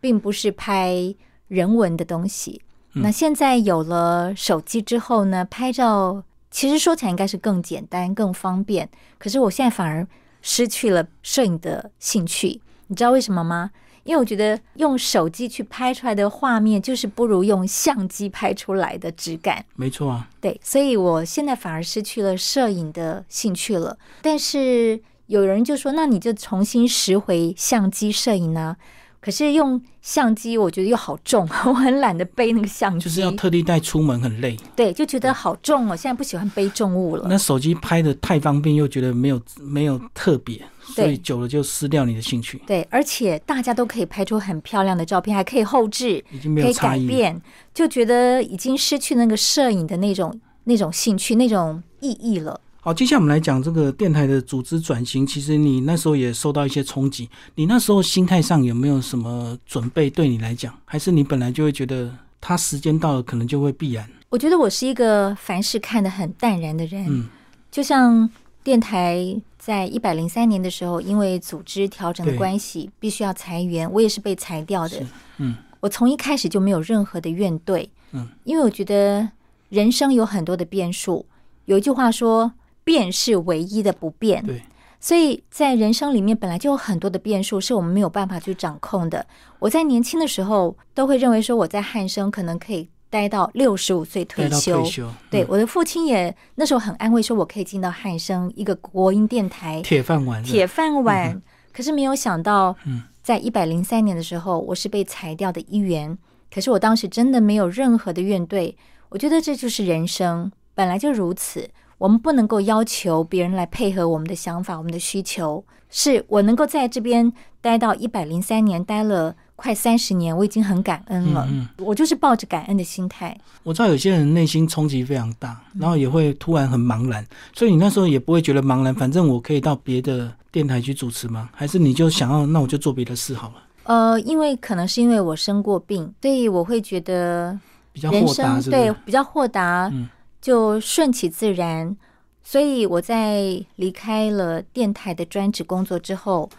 Speaker 2: 并不是拍人文的东西。
Speaker 1: 嗯
Speaker 2: 那现在有了手机之后呢，拍照其实说起来应该是更简单、更方便。可是我现在反而失去了摄影的兴趣，你知道为什么吗？因为我觉得用手机去拍出来的画面，就是不如用相机拍出来的质感。
Speaker 1: 没错啊，
Speaker 2: 对，所以我现在反而失去了摄影的兴趣了。但是有人就说，那你就重新拾回相机摄影呢、可是用相机，我觉得又好重， 我很懒得背那个相机，
Speaker 1: 就是要特地带出门很累，
Speaker 2: 对，就觉得好重哦。现在不喜欢背重物了。
Speaker 1: 嗯那手机拍的太方便，又觉得没有没有特别，所以
Speaker 2: 对
Speaker 1: 久了就失掉你的兴趣，
Speaker 2: 对，而且大家都可以拍出很漂亮的照片，还可以后置，
Speaker 1: 已经没
Speaker 2: 可
Speaker 1: 有
Speaker 2: 以
Speaker 1: 差
Speaker 2: 改
Speaker 1: 异了。
Speaker 2: 变，就觉得已经失去那个摄影的那种那种兴趣、那种意义了。
Speaker 1: 好，接下来我们来讲这个电台的组织转型。其实你那时候也受到一些冲击，你那时候心态上有没有什么准备？对你来讲，还是你本来就会觉得它时间到了，可能就会必然？
Speaker 2: 我觉得我是一个凡事看得很淡然的人，
Speaker 1: 嗯
Speaker 2: 就像电台在一百零三年的时候，因为组织调整的
Speaker 1: 对
Speaker 2: 关系，必须要裁员，我也是被裁掉的
Speaker 1: 是。嗯，
Speaker 2: 我从一开始就没有任何的怨怼，
Speaker 1: 嗯，
Speaker 2: 因为我觉得人生有很多的变数，有一句话说“变是唯一的不变”，
Speaker 1: 对，
Speaker 2: 所以在人生里面本来就有很多的变数是我们没有办法去掌控的。我在年轻的时候都会认为说我在汉生可能可以待到六十五岁
Speaker 1: 待
Speaker 2: 退
Speaker 1: 到退
Speaker 2: 休，
Speaker 1: 休，
Speaker 2: 对
Speaker 1: 嗯，
Speaker 2: 我的父亲也那时候很安慰说我可以进到汉生一个国营电台，
Speaker 1: 铁饭碗，
Speaker 2: 铁饭碗。可是没有想到
Speaker 1: 嗯，
Speaker 2: 在一百零三年的时候，我是被裁掉的一员。可是我当时真的没有任何的怨怼，我觉得这就是人生，本来就如此。我们不能够要求别人来配合我们的想法、我们的需求。是我能够在这边待到一百零三年，待了快三十年，我已经很感恩了。
Speaker 1: 嗯
Speaker 2: 我就是抱着感恩的心态。
Speaker 1: 我知道有些人内心冲击非常大，
Speaker 2: 嗯
Speaker 1: 然后也会突然很茫然，所以你那时候也不会觉得茫然，反正我可以到别的电台去主持吗？还是你就想要，那我就做别的事好了，
Speaker 2: 呃，因为可能是因为我生过病，所以我会觉得
Speaker 1: 比较
Speaker 2: 人
Speaker 1: 豁达，
Speaker 2: 生
Speaker 1: 是不
Speaker 2: 对
Speaker 1: 是？
Speaker 2: 比较豁达，
Speaker 1: 嗯
Speaker 2: 就顺其自然。所以我在离开了电台的专职工作之后，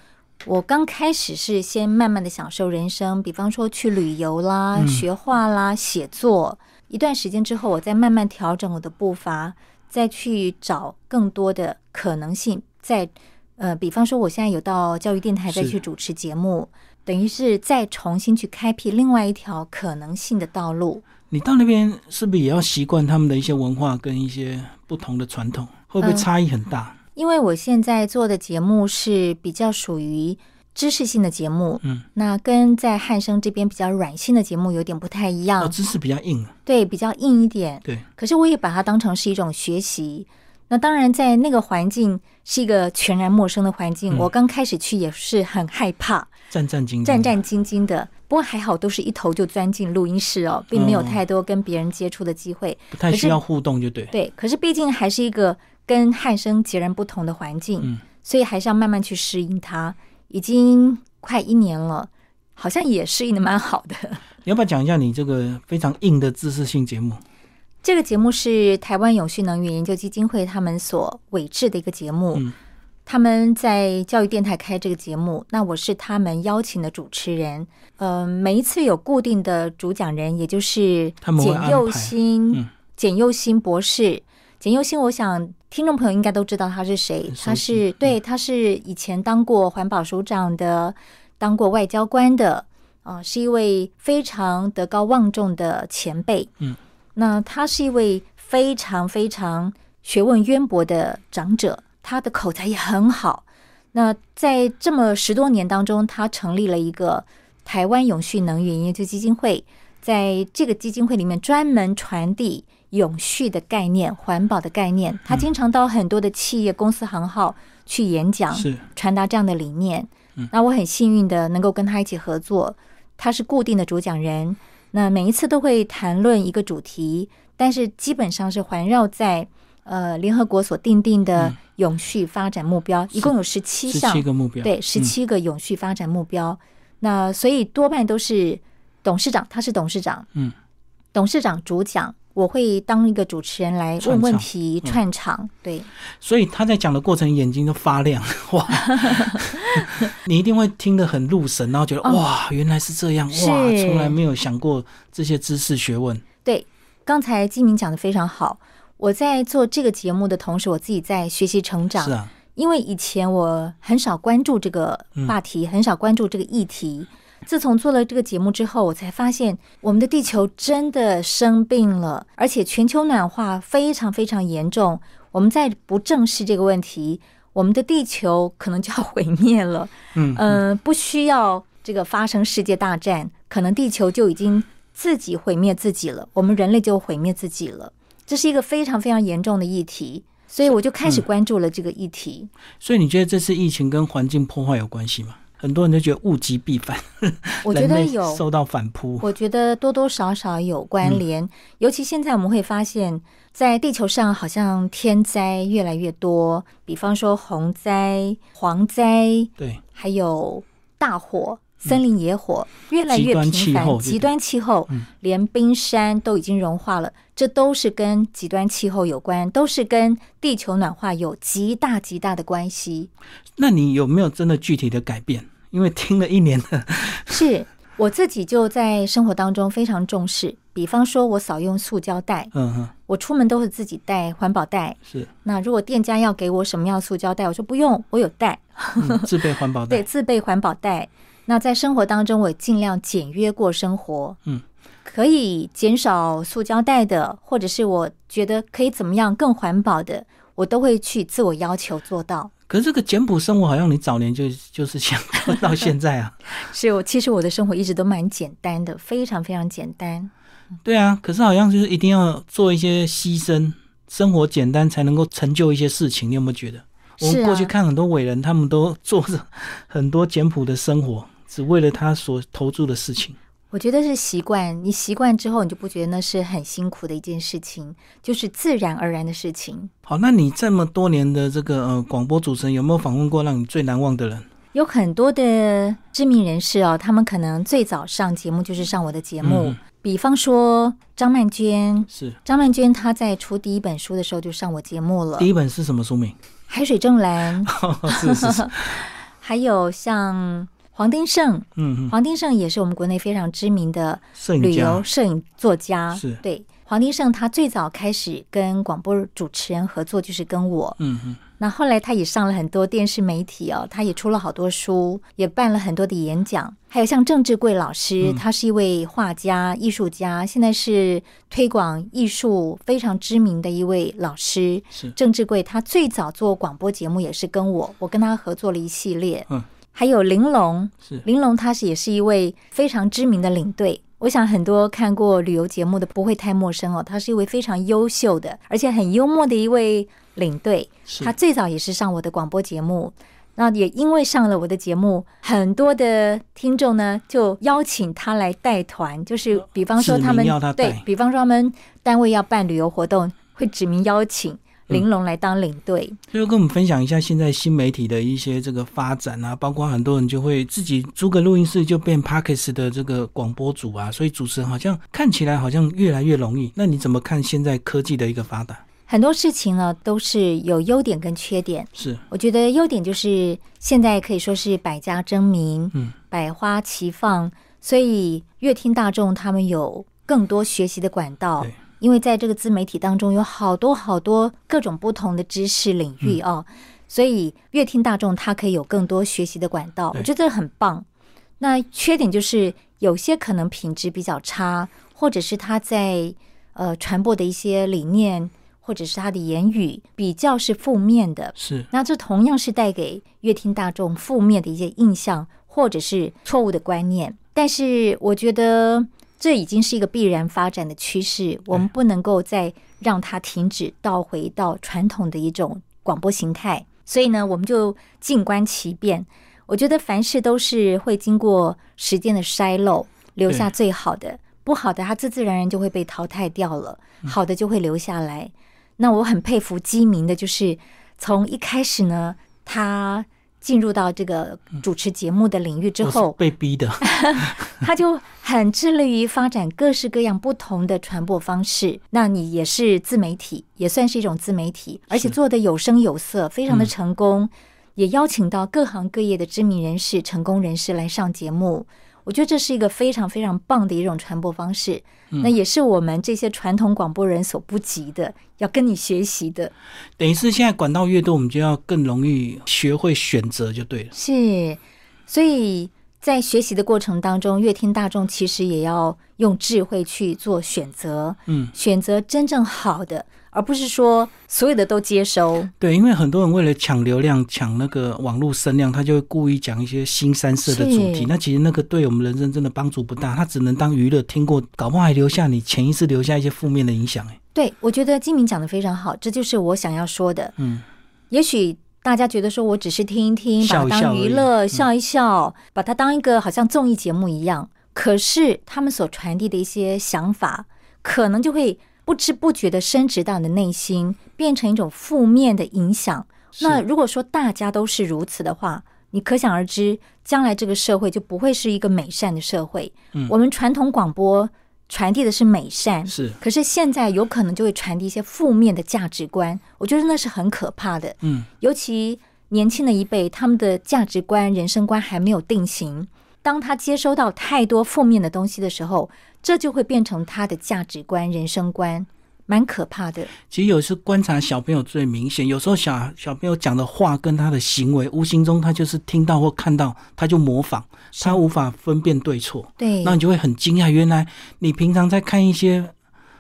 Speaker 2: 我刚开始是先慢慢的享受人生，比方说去旅游啦、
Speaker 1: 嗯
Speaker 2: 学画啦、写作。一段时间之后，我再慢慢调整我的步伐，再去找更多的可能性，在呃，比方说我现在有到教育电台再
Speaker 1: 是
Speaker 2: 去主持节目，等于是再重新去开辟另外一条可能性的道路。
Speaker 1: 你到那边是不是也要习惯他们的一些文化跟一些不同的传统？会不会
Speaker 2: 嗯
Speaker 1: 差异很大？
Speaker 2: 因为我现在做的节目是比较属于知识性的节目，
Speaker 1: 嗯，
Speaker 2: 那跟在汉生这边比较软性的节目有点不太一样，
Speaker 1: 哦，知识比较硬啊。
Speaker 2: 对，比较硬一点。
Speaker 1: 对，
Speaker 2: 可是我也把它当成是一种学习。那当然，在那个环境是一个全然陌生的环境，
Speaker 1: 嗯
Speaker 2: 我刚开始去也是很害怕，
Speaker 1: 战战兢兢。
Speaker 2: 战战兢兢的。不过还好，都是一头就钻进录音室哦，并没有
Speaker 1: 嗯
Speaker 2: 太多跟别人接触的机会。
Speaker 1: 不太
Speaker 2: 可是
Speaker 1: 需要互动就对。
Speaker 2: 对，可是毕竟还是一个跟汉生截然不同的环境，
Speaker 1: 嗯
Speaker 2: 所以还是要慢慢去适应它。已经快一年了，好像也适应的蛮好的。
Speaker 1: 你要不要讲一下你这个非常硬的知识性节目？
Speaker 2: 这个节目是台湾永续能源研究基金会他们所委制的一个节目，
Speaker 1: 嗯
Speaker 2: 他们在教育电台开这个节目，那我是他们邀请的主持人。呃，每一次有固定的主讲人，也就是
Speaker 1: 他们会安
Speaker 2: 简
Speaker 1: 排
Speaker 2: 佑新，
Speaker 1: 嗯
Speaker 2: 简佑新博士。简佑新，我想听众朋友应该都知道他是谁
Speaker 1: 很熟，悉
Speaker 2: 他是对，他是以前当过环保署长的，当过外交官的，啊、是一位非常德高望重的前辈。那他是一位非常非常学问渊博的长者，他的口才也很好。那在这么十多年当中，他成立了一个台湾永续能源研究基金会，在这个基金会里面专门传递永续的概念、环保的概念。他经常到很多的企业、公司、行号去演讲，
Speaker 1: 是
Speaker 2: 传达这样的理念
Speaker 1: 嗯。
Speaker 2: 那我很幸运的能够跟他一起合作，他是固定的主讲人，那每一次都会谈论一个主题，但是基本上是环绕在呃联合国所定定的永续发展目标，一共有十七
Speaker 1: 嗯十
Speaker 2: 项，
Speaker 1: 七个目嗯标。
Speaker 2: 对，十七个永续发展目标。那所以多半都是董事长，他是董事长，
Speaker 1: 嗯，
Speaker 2: 董事长主讲，我会当一个主持人来问
Speaker 1: 串
Speaker 2: 问
Speaker 1: 场
Speaker 2: 题、
Speaker 1: 嗯
Speaker 2: 串场，对。
Speaker 1: 所以他在讲的过程，眼睛都发 亮哇！你一定会听得很入神，然后觉得、
Speaker 2: 哦
Speaker 1: 哇，原来是这样
Speaker 2: 是
Speaker 1: 哇，从来没有想过这些知识学问。
Speaker 2: 对，刚才金明讲的非常好。我在做这个节目的同时，我自己在学习成长。
Speaker 1: 是啊，
Speaker 2: 因为以前我很少关注这个
Speaker 1: 嗯
Speaker 2: 话题，很少关注这个议题。自从做了这个节目之后，我才发现我们的地球真的生病了，而且全球暖化非常非常严重。我们再不正视这个问题，我们的地球可能就要毁灭了。
Speaker 1: 嗯
Speaker 2: 呃不需要这个发生世界大战，可能地球就已经自己毁灭自己了，我们人类就毁灭自己了。这是一个非常非常严重的议题，所以我就开
Speaker 1: 嗯
Speaker 2: 始关注了这个议题。
Speaker 1: 所以你觉得这次疫情跟环境破坏有关系吗？很多人就觉得物极必反，
Speaker 2: 我觉
Speaker 1: 人
Speaker 2: 得
Speaker 1: 类
Speaker 2: 有，
Speaker 1: 受到反扑。
Speaker 2: 我觉得多多少少有
Speaker 1: 嗯
Speaker 2: 关联。尤其现在我们会发现，在地球上好像天灾越来越多，比方说洪灾、蝗灾，
Speaker 1: 对，
Speaker 2: 还有大火、森林野火、越
Speaker 1: 嗯
Speaker 2: 来
Speaker 1: 极
Speaker 2: 越
Speaker 1: 端
Speaker 2: 频
Speaker 1: 气
Speaker 2: 繁，
Speaker 1: 候
Speaker 2: 极端气候
Speaker 1: 嗯
Speaker 2: 连冰山都已经融化了，这都是跟极端气候有关，都是跟地球暖化有极大极大的关系。
Speaker 1: 那你有没有真的具体的改变？因为听了一年的，
Speaker 2: 是我自己就在生活当中非常重视，比方说我少用塑胶袋，
Speaker 1: 嗯嗯，
Speaker 2: 我出门都是自己带环保袋。
Speaker 1: 是、
Speaker 2: 那如果店家要给我什么样的塑胶袋，我说不用，我有带。
Speaker 1: 嗯、自备环保袋
Speaker 2: 对，。自备环保袋。那在生活当中，我尽量简约过生活，
Speaker 1: 嗯，
Speaker 2: 可以减少塑胶袋的，或者是我觉得可以怎么样更环保的，我都会去自我要求做到。
Speaker 1: 可是这个简朴生活，好像你早年就就是想到现在啊。
Speaker 2: 是我其实我的生活一直都蛮简单的，非常非常简单。
Speaker 1: 对啊，可是好像就是一定要做一些牺牲，生活简单才能够成就一些事情。你有没有觉得？我
Speaker 2: 是
Speaker 1: 们
Speaker 2: 啊
Speaker 1: 过去看很多伟人，他们都做着很多简朴的生活，只为了他所投注的事情。
Speaker 2: 我觉得是习惯，你习惯之后，你就不觉得那是很辛苦的一件事情，就是自然而然的事情。
Speaker 1: 好，那你这么多年的这个呃广播主持人，有没有访问过让你最难忘的人？
Speaker 2: 有很多的知名人士哦，他们可能最早上节目就是上我的节目，
Speaker 1: 嗯
Speaker 2: 比方说张曼娟，
Speaker 1: 是
Speaker 2: 张曼娟她在出第一本书的时候就上我节目了，
Speaker 1: 第
Speaker 2: 《
Speaker 1: 一本是什么书 名？
Speaker 2: 海水正蓝》
Speaker 1: 是是是，
Speaker 2: 还有像黄丁胜，
Speaker 1: 嗯嗯，
Speaker 2: 黄丁胜也是我们国内非常知名的
Speaker 1: 摄影
Speaker 2: 旅游
Speaker 1: 家
Speaker 2: 摄影作家，
Speaker 1: 是
Speaker 2: 对。黄丁胜他最早开始跟广播主持人合作，就是跟我。
Speaker 1: 嗯嗯，
Speaker 2: 那后来他也上了很多电视媒体哦，他也出了好多书，也办了很多的演讲。还有像郑志贵老师，他是一位画家、艺术家，现在是推广艺术非常知名的一位老师。
Speaker 1: 是
Speaker 2: 郑志贵，他最早做广播节目也是跟我，我跟他合作了一系列。
Speaker 1: 嗯，
Speaker 2: 还有玲珑，
Speaker 1: 是
Speaker 2: 玲珑他是也是一位非常知名的领队。我想很多看过旅游节目的不会太陌生哦，他是一位非常优秀的，而且很幽默的一位领队。
Speaker 1: 是
Speaker 2: 他最早也是上我的广播节目，那也因为上了我的节目，很多的听众呢就邀请他来带团，就是比方说
Speaker 1: 哦指名
Speaker 2: 他们
Speaker 1: 要他带
Speaker 2: 对比方说他们单位要办旅游活动，会指名邀请玲珑来当领队。
Speaker 1: 所以跟我们分享一下现在新媒体的一些这个发展啊，包括很多人就会自己租个录音室就变 Parkes 的这个广播主啊，所以主持人好像看起来好像越来越容易。那你怎么看现在科技的一个发达？
Speaker 2: 很多事情呢都是有优点跟缺点，
Speaker 1: 是
Speaker 2: 我觉得优点就是现在可以说是百家争鸣，
Speaker 1: 嗯，
Speaker 2: 百花齐放，所以乐听大众他们有更多学习的管道
Speaker 1: 对。
Speaker 2: 因为在这个自媒体当中有好多好多各种不同的知识领域哦，
Speaker 1: 嗯
Speaker 2: 所以乐听大众他可以有更多学习的管道，
Speaker 1: 对
Speaker 2: 我觉得这很棒。那缺点就是有些可能品质比较差，或者是他在呃传播的一些理念，或者是他的言语比较是负面的，
Speaker 1: 是，
Speaker 2: 那这同样是带给乐听大众负面的一些印象，或者是错误的观念。但是我觉得这已经是一个必然发展的趋势，我们不能够再让它停止，倒回到传统的一种广播形态。所以呢，我们就静观其变。我觉得凡事都是会经过时间的筛漏，留下最好的，不好的它自自然然就会被淘汰掉了，好的就会留下来。那我很佩服基民的，就是从一开始呢，他进入到这个主持节目的领域之
Speaker 1: 我是
Speaker 2: 后，
Speaker 1: 被逼的，
Speaker 2: 他就很致力于发展各式各样不同的传播方式。那你也是自媒体，也算是一种自媒体，而且做的有声有色，非常的成功，也邀请到各行各业的知名人士、成功人士来上节目。我觉得这是一个非常非常棒的一种传播方式，那也是我们这些传统广播人所不及的，要跟你学习的。
Speaker 1: 等于是现在管道越多，我们就要更容易学会选择就对了。
Speaker 2: 是，所以在学习的过程当中，乐听大众其实也要用智慧去做选择，
Speaker 1: 嗯，
Speaker 2: 选择真正好的，而不是说所有的都接收。
Speaker 1: 对，因为很多人为了抢流量、抢那个网络声量，他就会故意讲一些新三色的主
Speaker 2: 是
Speaker 1: 题。那其实那个对我们人生真的帮助不大，他只能当娱乐听过，搞不好还留下你潜意识留下一些负面的影响。哎，
Speaker 2: 对，我觉得金明讲的非常好，这就是我想要说的。
Speaker 1: 嗯，
Speaker 2: 也许大家觉得说我只是听一听，把
Speaker 1: 笑一
Speaker 2: 它
Speaker 1: 笑
Speaker 2: 当
Speaker 1: 而
Speaker 2: 娱
Speaker 1: 已嗯
Speaker 2: 乐笑一笑，把它当一个好像综艺节目一样。可是他们所传递的一些想法，可能就会不知不觉的升值到你的内心，变成一种负面的影响。
Speaker 1: 是
Speaker 2: 那如果说大家都是如此的话，你可想而知，将来这个社会就不会是一个美善的社会。
Speaker 1: 嗯
Speaker 2: 我们传统广播传递的是美善，
Speaker 1: 是
Speaker 2: 可是现在有可能就会传递一些负面的价值观，我觉得那是很可怕的。
Speaker 1: 嗯，
Speaker 2: 尤其年轻的一辈，他们的价值观、人生观还没有定型。当他接收到太多负面的东西的时候，这就会变成他的价值观、人生观，蛮可怕的。
Speaker 1: 其实有时候观察小朋友最明显，有时候小小朋友讲的话跟他的行为，无形中他就是听到或看到，他就模仿，他无法分辨对错。
Speaker 2: 对，
Speaker 1: 那你就会很惊讶，原来你平常在看一些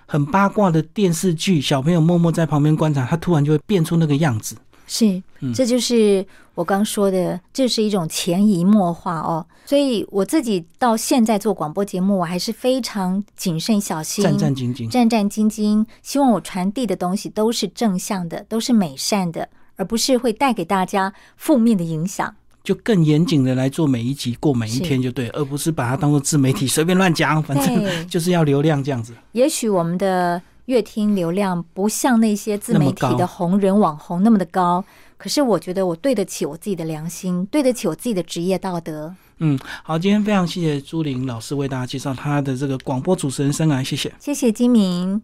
Speaker 1: 很八卦的电视剧，小朋友默默在旁边观察，他突然就会变出那个样子。
Speaker 2: 是，
Speaker 1: 嗯
Speaker 2: 这就是我刚说的，这是一种潜移默化哦。所以我自己到现在做广播节目，我还是非常谨慎小心、
Speaker 1: 战战兢兢，
Speaker 2: 战战兢兢，希望我传递的东西都是正向的，都是美善的，而不是会带给大家负面的影响。
Speaker 1: 就更严谨的来做每一集，过每一天就对，而不是把它当做自媒体随便乱讲，反
Speaker 2: 对
Speaker 1: 正 就是要流量这样子。
Speaker 2: 也许我们的乐听流量不像那些自媒体
Speaker 1: 那么
Speaker 2: 的
Speaker 1: 高
Speaker 2: 红人网红那么的高，可是我觉得我对得起我自己的良心，对得起我自己的职业道德。
Speaker 1: 嗯，好，今天非常谢谢朱玲老师为大家介绍她的这个广播主持人生涯，谢谢。
Speaker 2: 谢谢金明。